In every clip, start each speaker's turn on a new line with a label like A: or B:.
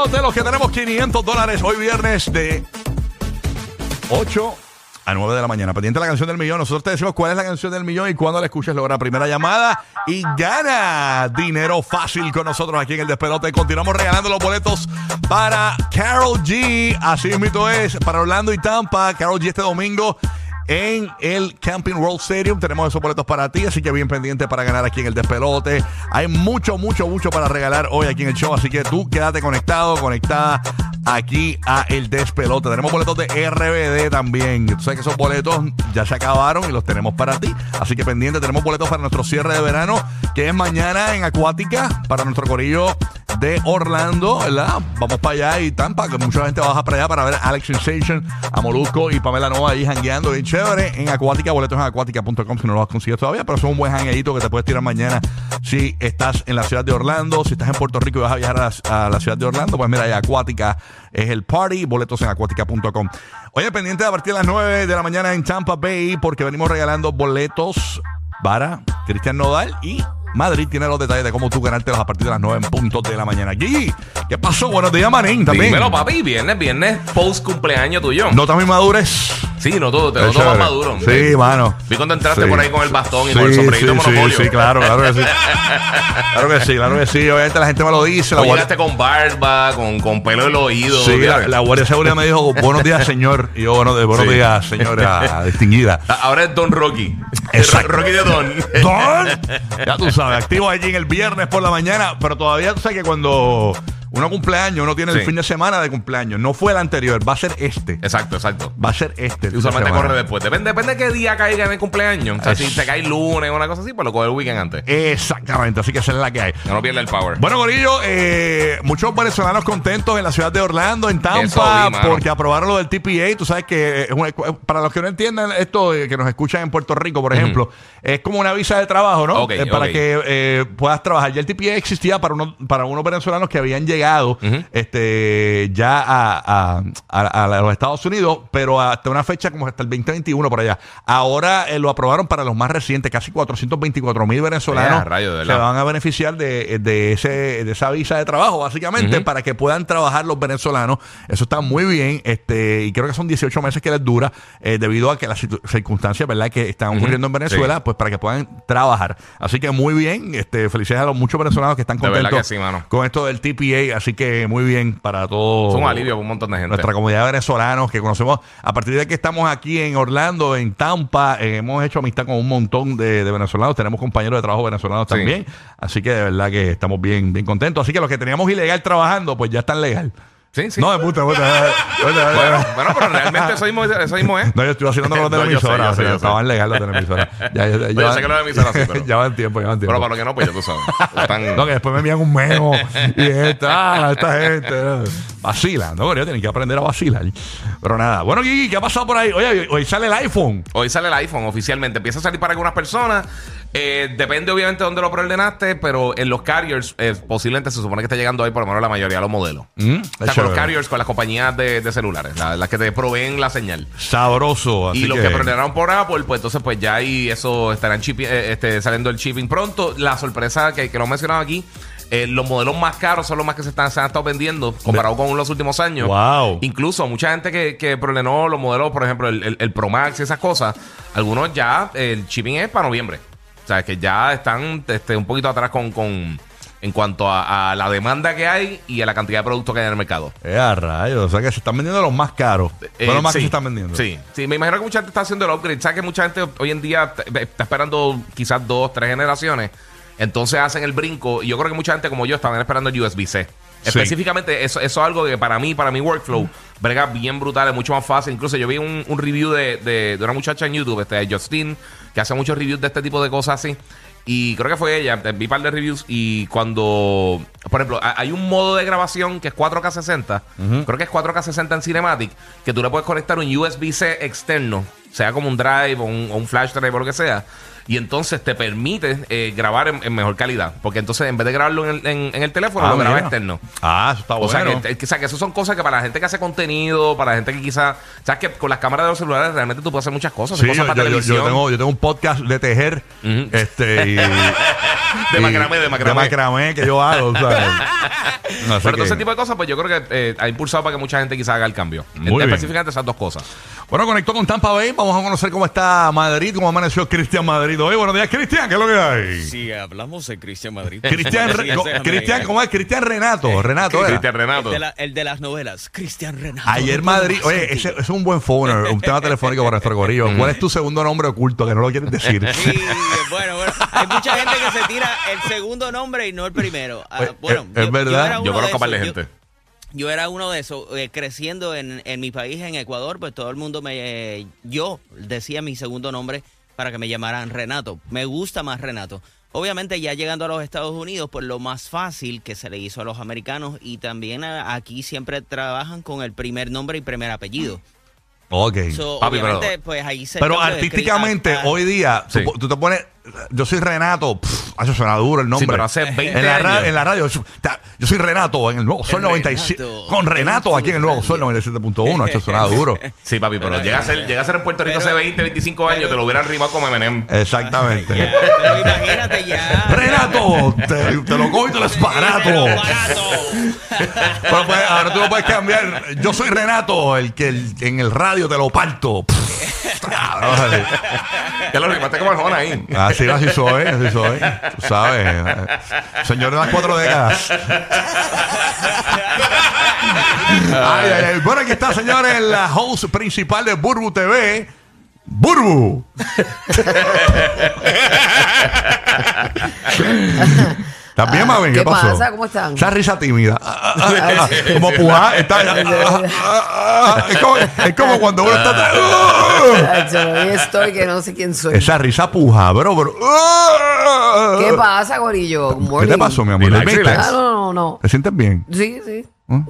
A: Oh, 500 dólares hoy viernes de 8 a 9 de la mañana. Pendiente de la canción del millón. Nosotros te decimos cuál es la canción del millón y cuando la escuches logra primera llamada y gana dinero fácil con nosotros aquí en el despelote. Continuamos regalando los boletos para Carol G. Así mismo es, para Orlando y Tampa. Carol G este domingo. En el Camping World Stadium tenemos esos boletos para ti, así que bien pendiente para ganar aquí en el despelote. Hay mucho, mucho, mucho para regalar hoy aquí en el show, así que tú quédate conectado, conectada aquí a El Despelote. Tenemos boletos de RBD también. Tú sabes que esos boletos ya se acabaron y los tenemos para ti. Así que pendiente, tenemos boletos para nuestro cierre de verano, que es mañana en Acuática, para nuestro corillo de Orlando, ¿verdad? Vamos para allá y Tampa, que mucha gente baja para allá para ver a Alex Sensation, a Molusco y Pamela Nova ahí jangueando bien chévere en Acuática, boletos en acuática.com si no los has conseguido todavía, pero son un buen jangueadito que te puedes tirar mañana si estás en la ciudad de Orlando, si estás en Puerto Rico y vas a viajar a la, a la ciudad de Orlando, pues mira, ahí Acuática es el party, boletos en acuática.com. Oye, pendiente a partir de las 9 de la mañana en Tampa Bay, porque venimos regalando boletos para Cristian Nodal y Madrid tiene los detalles de cómo tú ganártelos a partir de las 9 en punto de la mañana. Gigi, ¿qué pasó? Buenos días, Marín, también.
B: Dímelo, papi, viernes, viernes, post cumpleaños tuyo.
A: No también madures.
B: Sí, no todo, te lo tomas maduro.
A: Sí, mano.
B: Vi cuando entraste
A: Sí.
B: por ahí con el bastón y
A: Sí,
B: con el sombrerito
A: sí,
B: de monopolio.
A: Sí, sí, claro, claro que sí. claro que sí, claro que sí. Obviamente la gente me lo dice. La
B: Tú
A: guardia,
B: llegaste con barba, con, con pelo en el oído.
A: sí, la,
B: ¿sabes?
A: la Guardia de Seguridad me dijo, buenos días, señor. Y yo, buenos, eh, buenos
B: Sí.
A: días, señora distinguida.
B: A- Ahora es Don Rocky.
A: Exacto.
B: Rocky de Don.
A: Don. Ya tú sabes, activo allí en el viernes por la mañana, pero todavía tú sabes que cuando uno cumpleaños, uno tiene el
B: Sí.
A: fin de semana de cumpleaños. No fue el anterior, va a ser este.
B: Exacto, exacto.
A: Va a ser este. el
B: Y
A: fin de
B: usualmente
A: semana.
B: corre después. Depende, depende de qué día caiga en el cumpleaños. O sea,
A: Es-
B: si te cae lunes o una cosa así, pues lo coge el weekend antes.
A: Exactamente, así que esa es la que hay.
B: No, no pierda el power.
A: Bueno, Gorillo, eh, muchos venezolanos contentos en la ciudad de Orlando, en
B: Eso
A: Tampa,
B: vi, mano.
A: porque aprobaron lo del TPA. Tú sabes que, eh, es una- para los que no entiendan esto, eh, que nos escuchan en Puerto Rico, por ejemplo, es como una visa de trabajo, ¿no?
B: Ok,
A: Eh, para
B: ok.
A: que eh, puedas trabajar. Ya el TPA existía para unos, para unos venezolanos que habían llegado
B: Ujú.
A: este, ya a, a- a- a los Estados Unidos, pero hasta una fecha como hasta el 2021 por allá. Ahora eh, lo aprobaron para los más recientes, casi 424 mil venezolanos.
B: Ah, rayos, de
A: se
B: verdad.
A: van a beneficiar de, de ese, de esa visa de trabajo, básicamente,
B: Ujú.
A: para que puedan trabajar los venezolanos. Eso está muy bien, este, y creo que son 18 meses que les dura, eh, debido a que las situ- circunstancias, ¿verdad?, que están ocurriendo en Venezuela, pues para que puedan trabajar. Así que muy bien, este, felicidades a los muchos venezolanos que están
B: De verdad
A: contentos
B: que sí, mano.
A: con esto del TPA, así que muy bien para todos.
B: Es un alivio para un montón de gente.
A: Nuestra comunidad de venezolanos que conocemos, a partir de que estamos aquí en Orlando, en Tampa, eh, hemos hecho amistad con un montón de, de venezolanos, tenemos compañeros de trabajo venezolanos
B: Sí.
A: también, así que de verdad que estamos bien, bien contentos. Así que los que teníamos ilegal trabajando, pues ya están legal.
B: Sí, sí.
A: No, es puta, es puta, es puta, es
B: bueno,
A: puta.
B: bueno, pero realmente eso mismo, eso mismo es.
A: No, yo estoy haciendo con los de la
B: No, yo sé,
A: emisora,
B: yo sé,
A: o sea,
B: yo sé.
A: estaban legal los de la emisora. Ya, ya,
B: yo sé que los de la emisora sí, pero-
A: ya van tiempo, ya van tiempo.
B: Pero para lo que no, pues ya tú sabes. Están-
A: No, que después me envían un memo y esta, ah, esta gente. ¿no? Vacila, no, pero tienen que aprender a vacilar. Pero nada. Bueno, Gigi, ¿qué ha pasado por ahí? Oye, hoy, hoy sale el iPhone.
B: Hoy sale el iPhone oficialmente. Empieza a salir para algunas personas. Eh, depende, obviamente, de dónde lo preordenaste, pero en los carriers, eh, posiblemente se supone que está llegando ahí por lo menos la mayoría de los modelos.
A: Mm,
B: O sea, con
A: chévere.
B: los carriers, con las compañías de, de celulares, la- las que te proveen la señal.
A: Sabroso. Así
B: y los que, preordenaron por Apple, pues entonces, pues ya ahí eso estarán chipi- eh, este, saliendo el shipping pronto. La sorpresa que, que no he mencionado aquí. eh, los modelos más caros son los más que se, están, se han estado vendiendo comparado con los últimos años.
A: Wow.
B: Incluso mucha gente que, que problemó los modelos, por ejemplo, el, el- el Pro Max y esas cosas, algunos ya eh, el shipping es para noviembre. O sea, que ya están este, un poquito atrás con, con- en cuanto a, a la demanda que hay y a la cantidad de productos que hay en el mercado.
A: Eh, a rayos. O sea que se están vendiendo los más caros.
B: Eh,
A: Bueno, los más
B: sí,
A: que se están vendiendo. Ah,
B: Sí, sí, me imagino que mucha gente está haciendo el upgrade. Sabes que mucha gente hoy en día t- está esperando quizás dos, tres generaciones. Entonces hacen el brinco. Y yo creo que mucha gente como yo estaban esperando el USB-C.
A: Sí.
B: Específicamente, eso, eso es algo que para mí, para mi workflow, brega bien brutal, es mucho más fácil. Incluso yo vi un, un review de, de- de una muchacha en YouTube, este, Justin, que hace muchos reviews de este tipo de cosas así. Y creo que fue ella, vi un par de reviews. Y cuando, por ejemplo, ha- hay un modo de grabación que es 4K60, creo que es 4K60 en Cinematic, que tú le puedes conectar un USB-C externo sea como un drive o un, o un flash drive o lo que sea. Y entonces te permite eh, grabar en, en mejor calidad. Porque entonces en vez de grabarlo en el, en- en el teléfono,
A: Ah,
B: lo graba
A: mira.
B: externo.
A: Ah, eso está
B: O sea,
A: bueno.
B: que, este, que- o sea, que eso son cosas que para la gente que hace contenido, para la gente que quizás. Sabes que con las cámaras de los celulares realmente tú puedes hacer muchas cosas.
A: Sí,
B: hacer
A: yo,
B: cosas para
A: yo- yo- yo
B: televisión.
A: tengo, yo tengo un podcast de tejer.
B: Ujú.
A: Este. y- y-
B: macramé, de macramé.
A: De macramé que yo hago. o sea, así
B: Pero todo
A: que-
B: ese tipo de cosas, pues yo creo que eh, ha impulsado para que mucha gente quizás haga el cambio.
A: Muy bien.
B: Específicamente esas dos cosas.
A: Bueno, conectó con Tampa Bay. Vamos a conocer cómo está Madrid, cómo amaneció Cristian Madrid hoy. Buenos días, Cristian. ¿Qué es lo que hay?
C: Si hablamos de Cristian Madrid.
A: Cristian,
C: Sí,
A: Re-
C: ese
A: co-
C: es
A: Cristian,
C: americano.
A: ¿cómo es? Cristian Renato.
C: Ah,
A: Renato era.
B: Cristian Renato.
C: El de, Este, la- el de las novelas, Cristian Renato.
A: Ayer
C: No puedo
A: Madrid,
C: más
A: oye, ese,
C: contigo.
A: ese es un buen phone, un tema telefónico para nuestro corillo. ¿Cuál es tu segundo nombre oculto que no lo quieres decir?
C: Sí, bueno, bueno. Hay mucha gente que se tira el segundo nombre y no el primero. Ah,
A: Oye,
C: bueno,
A: es- es verdad.
C: era
A: Yo
B: Yo
C: uno de
B: conozco a par de
C: esos. Yo-
B: gente.
C: Yo era uno de esos, eh, creciendo en, en mi país, en Ecuador, pues todo el mundo me... eh, yo decía mi segundo nombre para que me llamaran Renato. Me gusta más Renato. Obviamente ya llegando a los Estados Unidos, pues lo más fácil que se le hizo a los americanos y también a- aquí siempre trabajan con el primer nombre y primer apellido.
A: Ok.
C: So,
B: Papi, pero-
C: obviamente, pues ahí se...
A: Pero
C: cambia de
A: artísticamente,
C: escrita a-
A: hoy día,
B: Sí.
A: tú, tú te pones, yo soy Renato, pff, eso suena duro el nombre.
B: Sí, pero hace 20
A: en, la ra-
B: años.
A: en la radio, yo, yo soy Renato, en el nuevo Sol
C: El
A: 97.
C: Renato.
A: Con Renato aquí en el nuevo Sol 97.1, eso suena duro.
B: Sí, papi, pero
C: Pero-
B: llega a ser, llega a ser en Puerto Rico hace
C: pero-
B: 20, 25 años,
C: pero-
B: te lo hubieran rimado como Eminem.
A: Exactamente.
C: Ya, pero imagínate ya.
A: Renato, te, te lo cojo y te lo esparato.
C: Barato.
A: Pero pues, ahora tú lo puedes cambiar. Yo soy Renato, el que el- en el radio te lo parto. Pff, cabrón.
B: Ya lo rimaste como Arjona ahí.
A: Así, así soy, así soy. Tú sabes. eh, Señor de las cuatro décadas. Ay, ay, ay. Bueno, aquí está, señores, la host principal de Burbu TV. Burbu. ¿Estás bien, mami? ¿Qué,
D: Ah, ¿Qué
A: pasó?
D: pasa? ¿Cómo están?
A: Esa risa tímida. Ah, ah, ah, ah. como pujá. Está, ah, ah, ah, ah. Es, como, es como cuando uno está... Ah.
D: Yo hoy estoy que no sé quién soy.
A: Esa risa puja, bro, bro. Ah.
D: ¿Qué pasa, Gorillo? Good
A: ¿Qué
D: morning.
A: te pasó, mi amor?
B: Relax,
A: ¿Dormiste?
D: Ah, no, no, no.
A: ¿Te sientes bien?
D: Sí, sí.
A: ¿Mm?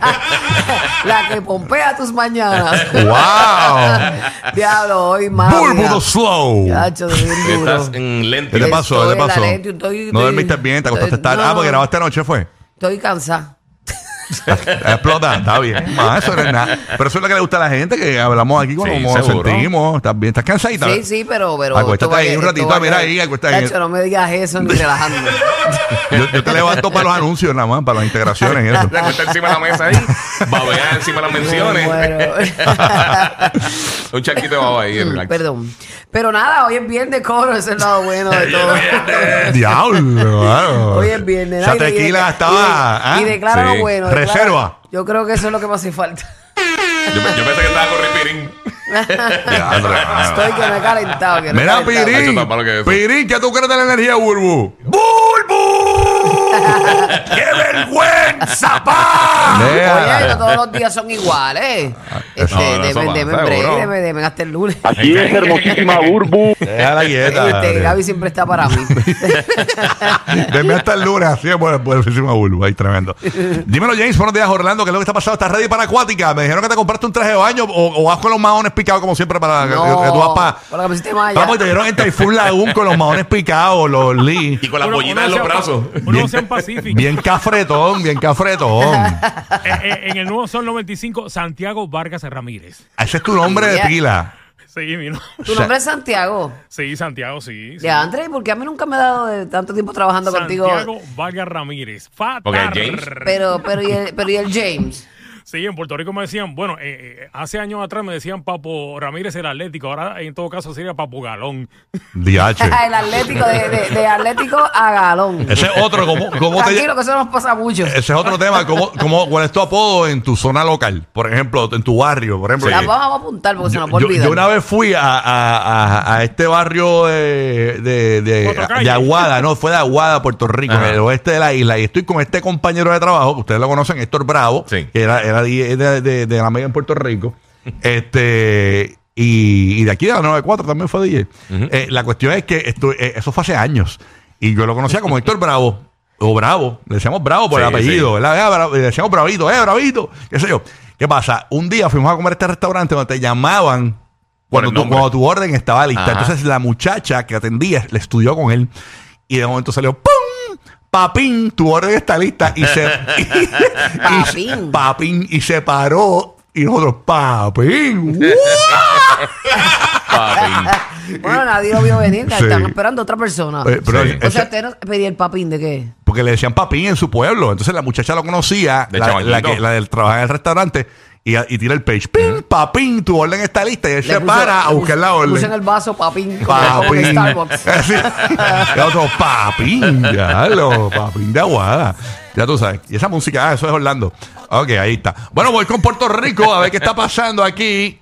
D: La que pompea tus mañanas.
A: ¡Wow!
D: Diablo, hoy más.
A: ¡Burbudo Slow!
D: Chacho, bien duro.
B: Estás en
A: ¿Qué
B: lente.
A: te pasó? ¿Qué te
D: Estoy en la
A: pasó?
D: lente, estoy-
A: no
D: estoy-
A: dormiste bien, te acostaste
D: estoy-
A: tarde.
D: no,
A: Ah, porque
D: no.
A: grabaste anoche, fue.
D: Estoy cansada.
A: Explota, está bien. Ma, eso no es nada. Pero eso es lo que le gusta a la gente, que hablamos aquí
B: Sí,
A: como nos
B: seguro.
A: sentimos. ¿Estás bien? ¿Estás cansadita?
D: Sí, sí, pero. pero
A: Acuéstate
D: esto va
A: ahí
D: que-
A: un
D: esto
A: ratito,
D: va
A: mira
D: que-
A: ahí, acuéstate ahí.
D: Chacho, no me digas eso ni relajando.
A: Yo, yo te levanto para los anuncios nada más, para las integraciones y eso.
B: La cuesta encima de la mesa ahí. Babear encima de las menciones. Un charquito de baba ahí. relax.
D: Perdón. Pero nada, hoy es viernes, cobro, ese es el lado bueno de todo.
A: Diablo, claro.
D: Hoy es viernes.
A: Esa
D: ¿no? Y de- y de-
A: tequila estaba.
D: Y, de- y
A: ¿ah?
D: declara lo
B: Sí.
D: bueno. declara-
A: Reserva.
D: yo creo que eso es lo que me hace falta.
B: Yo, pe- yo pensé que estaba con Ripirín.
A: Diablo, mano.
D: Estoy que me he calentado. Que no he
A: Mira,
D: calentado.
B: Eso
A: Pirín.
B: está malo que eso.
A: Pirín, ¿qué tú crees de la energía Burbu? ¡Burbu! ¡Qué vergüenza, pa!
D: Ah, Oye, no todos los días son iguales.
A: Ah,
D: Este,
B: no, eso
D: deme,
B: pasa,
D: deme un break,
B: bro.
D: deme, deme hasta el lunes.
E: Aquí es hermosísima Burbu.
A: Déjala quieta.
D: Este, Gaby
A: Gaby.
D: siempre está para mí.
A: Deme hasta el lunes, así es por, por encima Burbu, ahí tremendo. Dímelo, James, buenos días, Orlando, ¿qué es lo que está pasando? ¿Estás ready para acuática? Me dijeron que te compraste un traje de baño o, o vas con los maones picados como siempre para que-
D: No,
A: que, tú vas para...
D: con la camiseta de malla.
A: Vamos, y te dieron en Typhoon Lagoon con los maones picados, los Lee.
B: Y con las
F: Uno-
B: pollitas en
F: uno
B: los
F: sea-
B: brazos.
F: Un Ocean Pacific.
A: Bien cafretón, bien cafretón.
F: Eh, eh, en el nuevo Sol 95, Santiago Vargas Ramírez.
A: Ese es tu nombre de
D: Ya.
A: pila.
F: Sí, mi no-
D: Tu nombre es Santiago.
F: Sí, Santiago, sí. sí.
D: De Andrés, porque a mí nunca me ha dado de tanto tiempo trabajando contigo.
F: Santiago Vargas Ramírez. Fatal.
B: James.
D: Pero, pero, y el, pero y el James.
F: Sí, en Puerto Rico me decían, bueno, eh, eh, hace años atrás me decían Papo Ramírez el Atlético, ahora en todo caso sería Papo Galón.
A: DH.
D: el Atlético, de, de- de Atlético a Galón.
A: Ese es otro, ¿cómo, cómo te
D: Tranquilo,
A: ll-
D: que eso nos pasa mucho.
A: Ese es otro tema, ¿cómo, cómo, ¿cuál es tu apodo en tu zona local? Por ejemplo, en tu barrio, por ejemplo.
D: La
A: Yo-
D: vamos a apuntar porque se nos va a
A: Yo,
D: olvidar.
A: yo una vez fui a, a- a- a este barrio de, de, de-
F: Otro calle.
A: de Aguada, no, fue de Aguada, Puerto Rico,
B: Ajá.
A: en el oeste de la isla. Y estoy con este compañero de trabajo, que ustedes lo conocen, Héctor Bravo,
B: Sí.
A: que era, era de, de- de- de la media en Puerto Rico. este y, y de aquí de la 94 también fue DJ. Eh, la cuestión es que esto, eh, eso fue hace años. Y yo lo conocía como Héctor Bravo. O Bravo, le decíamos Bravo por
B: Sí,
A: el apellido,
B: sí.
A: ¿verdad? Ah, bra- Le decíamos Bravito, eh, Bravito, qué sé yo. ¿Qué pasa? Un día fuimos a comer a este restaurante donde te llamaban
B: Por
A: Cuando
B: el
A: tu,
B: nombre.
A: cuando tu orden estaba lista.
B: Ajá.
A: Entonces la muchacha que atendía le estudió con él y de momento salió ¡Pum! Papín, tu orden está lista. Y se. y- y-
D: Papín.
A: papín. Y se paró. Y nosotros, papín. Eh, ¡Wow!
B: Papi.
D: Bueno, nadie lo vio venir,
A: Sí.
D: estaban esperando a otra persona.
A: Eh, pero
B: Sí.
A: ese-
D: o sea, usted no pedía el papín de qué?
A: porque le decían papín en su pueblo. Entonces la muchacha lo conocía,
B: De
A: la,
B: chamaquito.
A: la que, la del trabajar en el restaurante, y, y tira el page. ¡Pim! Papín, tu orden está lista. Y él
D: Le
A: se
D: puso-
A: para a
D: le
A: buscar la
D: puso- le puso en
A: orden.
D: el vaso papín. como- Como en
A: Papín.
D: Starbucks.
A: Sí. Y otro, papín, ya lo, papín de aguada. Ya tú sabes. Y esa música, ah, eso es Orlando. Ok, ahí está. Bueno, voy con Puerto Rico a ver qué está pasando aquí.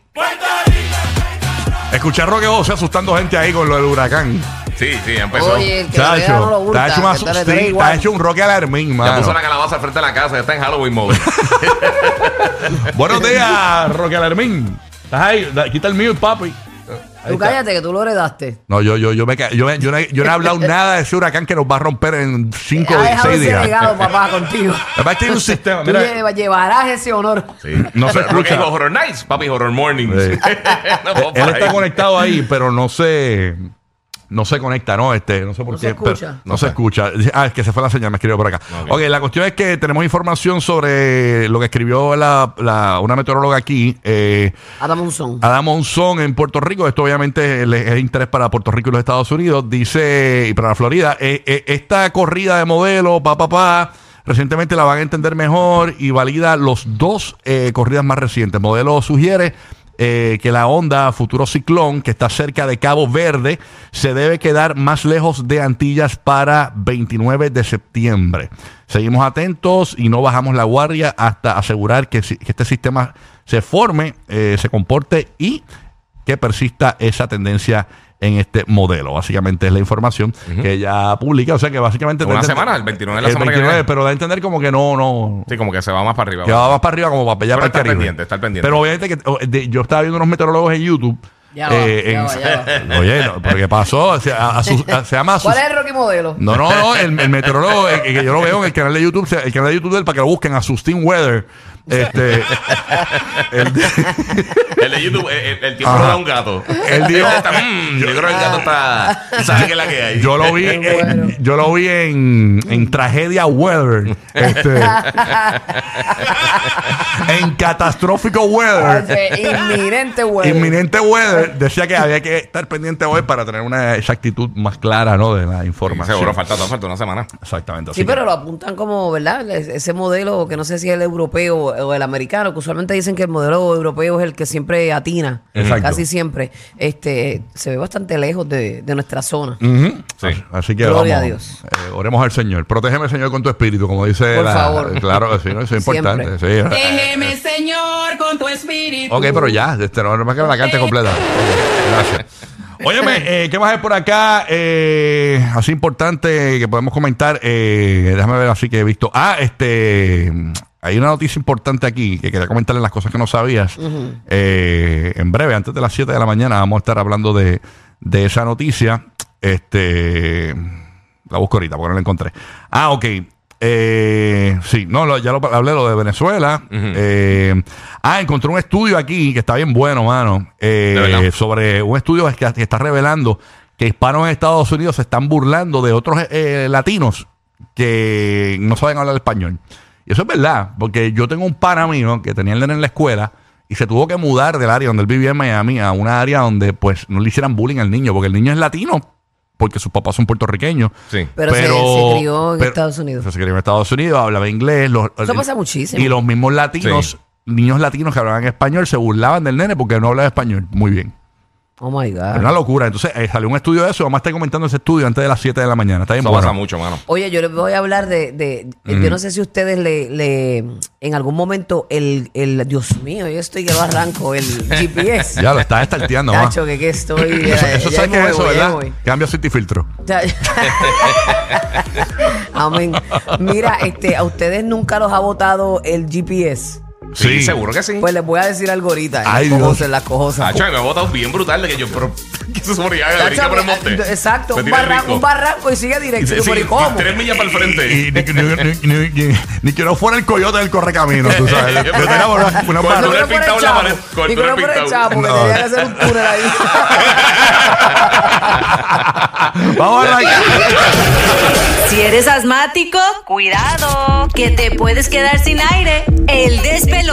A: Escuchar a Roque José asustando gente ahí con lo del huracán.
B: Sí, sí, ya empezó.
D: Oye, el que lo vea no lo
A: Chacho, te ha
D: hurta.
A: hecho un
D: que te
A: asu-
D: le
A: sí,
D: dé
A: te
D: igual.
A: ha hecho un Roque alarmín,
B: Ya puso
A: mano.
B: la calabaza al frente de la casa, ya está en Halloween Mode.
A: Buenos días, Roque Alarmín. ¿Estás ahí? Da- Quita el mío, papi. Ahí
D: Tú
A: está.
D: cállate que tú lo heredaste.
A: No, yo, yo, yo, me, ca- yo, me- yo no he, yo no he hablado nada de ese huracán que nos va a romper en cinco
D: Ha
A: o
D: dejado
A: seis
D: ese
A: días. La
D: legado, papá, contigo.
A: verdad es que hay un sistema.
D: Tú
A: Mira,
D: lleva- llevarás ese honor.
B: Sí.
A: No sé,
B: Porque
A: escucha.
B: Horror Nights, papi, Horror Mornings.
A: Sí.
B: No puedo
A: él
B: parar.
A: está conectado ahí, pero no se, no se conecta, ¿no? Este, no sé por
D: No
A: qué.
D: se escucha.
A: pero no se escucha. Dice, Ah, es que se fue la señal, me escribió por acá.
B: Ok.
A: Ok, la cuestión es que tenemos información sobre lo que escribió la, la- una meteoróloga aquí. Eh,
D: Adam un son.
A: Adam Monzón en Puerto Rico, esto obviamente le- es, interés para Puerto Rico y los Estados Unidos, dice, y para la Florida, eh, eh, esta corrida de modelo, pa, pa, pa, recientemente la van a entender mejor y valida los dos eh, corridas más recientes. Modelo sugiere eh, que la onda futuro ciclón, que está cerca de Cabo Verde, se debe quedar más lejos de Antillas para 29 de septiembre. Seguimos atentos y no bajamos la guardia hasta asegurar que, si- que este sistema se forme, eh, se comporte y que persista esa tendencia en este modelo. Básicamente es la información que ella publica. O sea que básicamente...
B: Una
A: te- te-
B: semana, el 29 de la
A: el
B: semana que
A: 29,
B: viene.
A: pero da a entender como que no, no...
B: Sí, como que se va más para arriba.
A: Que va más para arriba como para allá
B: Pero
A: para el
B: estar
A: Caribe.
B: pendiente, estar pendiente.
A: Pero obviamente que o, de- yo estaba viendo unos meteorólogos en YouTube. eh,
D: Ya va, ya va, ya
A: Oye, no, pero ¿qué pasó? O sea, a- a sus- a- se llama a sus-
D: ¿Cuál es el Rocky Modelo?
A: No, no, no, el, el meteorólogo eh, que, que yo lo veo en el canal de YouTube, se- el canal de YouTube del para que lo busquen, Asustín Weather. Este, el de-
B: El de YouTube, el, el- el tiempo
A: Ajá.
B: lo da un gato.
A: Él dijo-
B: Está, mm, yo creo que el gato está. ¿Sabes qué es la que hay?
A: yo lo vi,
D: Qué
A: en-
D: bueno.
A: yo lo vi en, en Tragedia Weather. Este, en Catastrófico Weather.
D: Ah, Ese Inminente huevo.
A: Inminente Weather decía que había que estar pendiente hoy para tener una exactitud más clara, ¿no? De la información.
B: Seguro, falta, todo, falta una semana.
A: Exactamente. así
D: Sí, pero
A: que-
D: lo apuntan como, ¿verdad? E- Ese modelo que no sé si es el europeo o el americano, que usualmente dicen que el modelo europeo es el que siempre atina,
A: Exacto.
D: casi siempre. Este, se ve bastante lejos de, de nuestra zona.
A: Ujú.
B: Sí.
A: Así que
D: Gloria
A: vamos,
D: a Dios.
A: eh, oremos al Señor. Protégeme, Señor, con tu espíritu, como dice
D: Por
A: la-
D: favor.
A: Claro, que sí, ¿no? eso es
D: Siempre.
A: importante. sí.
G: Déjeme, Señor, con tu espíritu.
A: Ok, pero ya, este, no, no más que la cante completa. Ok, Gracias. Óyeme, eh, ¿qué más hay por acá? Eh, así importante que podemos comentar. Eh, déjame ver así que he visto. Ah, este. Hay una noticia importante aquí que quería comentarle las cosas que no sabías. Eh, en breve, antes de las 7 de la mañana, vamos a estar hablando de, de esa noticia. Este. La busco ahorita porque no la encontré. Ah, ok. Eh, sí, no, lo- ya lo hablé lo de Venezuela. Eh, ah, encontré un estudio aquí que está bien bueno, mano. Eh,
B: De verdad.
A: sobre un estudio que, que está revelando que hispanos en Estados Unidos se están burlando de otros eh, latinos que no saben hablar español. Y eso es verdad, porque yo tengo un pana mío que tenía el nene en la escuela y se tuvo que mudar del área donde él vivía en Miami a una área donde pues no le hicieran bullying al niño, porque el niño es latino, porque sus papás son puertorriqueños.
B: Sí.
D: Pero, se- se, crió en
A: pero-
D: Estados Unidos.
A: pero se crió en Estados Unidos, hablaba inglés. los-
D: Eso pasa muchísimo.
A: Y los mismos latinos,
B: Sí.
A: niños latinos que hablaban español, se burlaban del nene porque no hablaba español. Muy bien.
D: Oh my
A: Es
D: God.
A: una locura. Entonces, eh, salió un estudio de eso. Vamos a estar comentando ese estudio antes de las 7 de la mañana. Está bien
B: Eso
A: bueno.
B: pasa mucho, mano.
D: Oye, yo les voy a hablar de, de- yo no sé si ustedes le, le- en algún momento el, el Dios mío, yo estoy que lo arranco el GPS.
A: Ya lo estás estarteando, ma.
D: Cacho, que, que estoy.
A: Eso,
D: eh,
A: eso
D: ya
A: sabes
D: me
A: que es eso,
D: voy, ya
A: ¿verdad?
D: me voy.
A: Cambia City Filtro.
D: Ya- Amén. Mira, este, a ustedes nunca los ha votado el GPS.
B: Sí,
A: Sí.
B: seguro que sí.
D: Pues les voy a decir algo ahorita.
A: Ay,
D: las
A: Dios.
D: cojosas, las cojosas.
B: Hacho, me ha botado bien brutal de que yo, pero, ¿qué se supone que haga? Brinca
D: Chacho,
B: por el
D: eh,
B: monte.
D: Exacto,
B: Se
D: un
B: tira
D: barranco,
B: rico.
D: un barranco y sigue
B: Y
D: directo.
B: se-
D: Y tú,
B: sí,
D: pero ¿y cómo?
B: Tres millas para
A: Y,
B: el frente.
A: ni, que- ni- ni- ni- ni- ni que no fuera el coyote del correcamino, tú sabes. Yo tenía una, una
B: Con el
A: patrulla.
B: túnel
D: fuera
B: pintado en la pared.
D: Chapo.
B: Con
D: Y
B: el
D: que no
B: túnel
D: fuera el
B: pintado.
D: chapo, que
A: No.
D: tenía que hacer un túnel ahí.
A: Vamos a arrancar.
H: Si eres asmático, cuidado, que te puedes quedar sin aire. El despelote.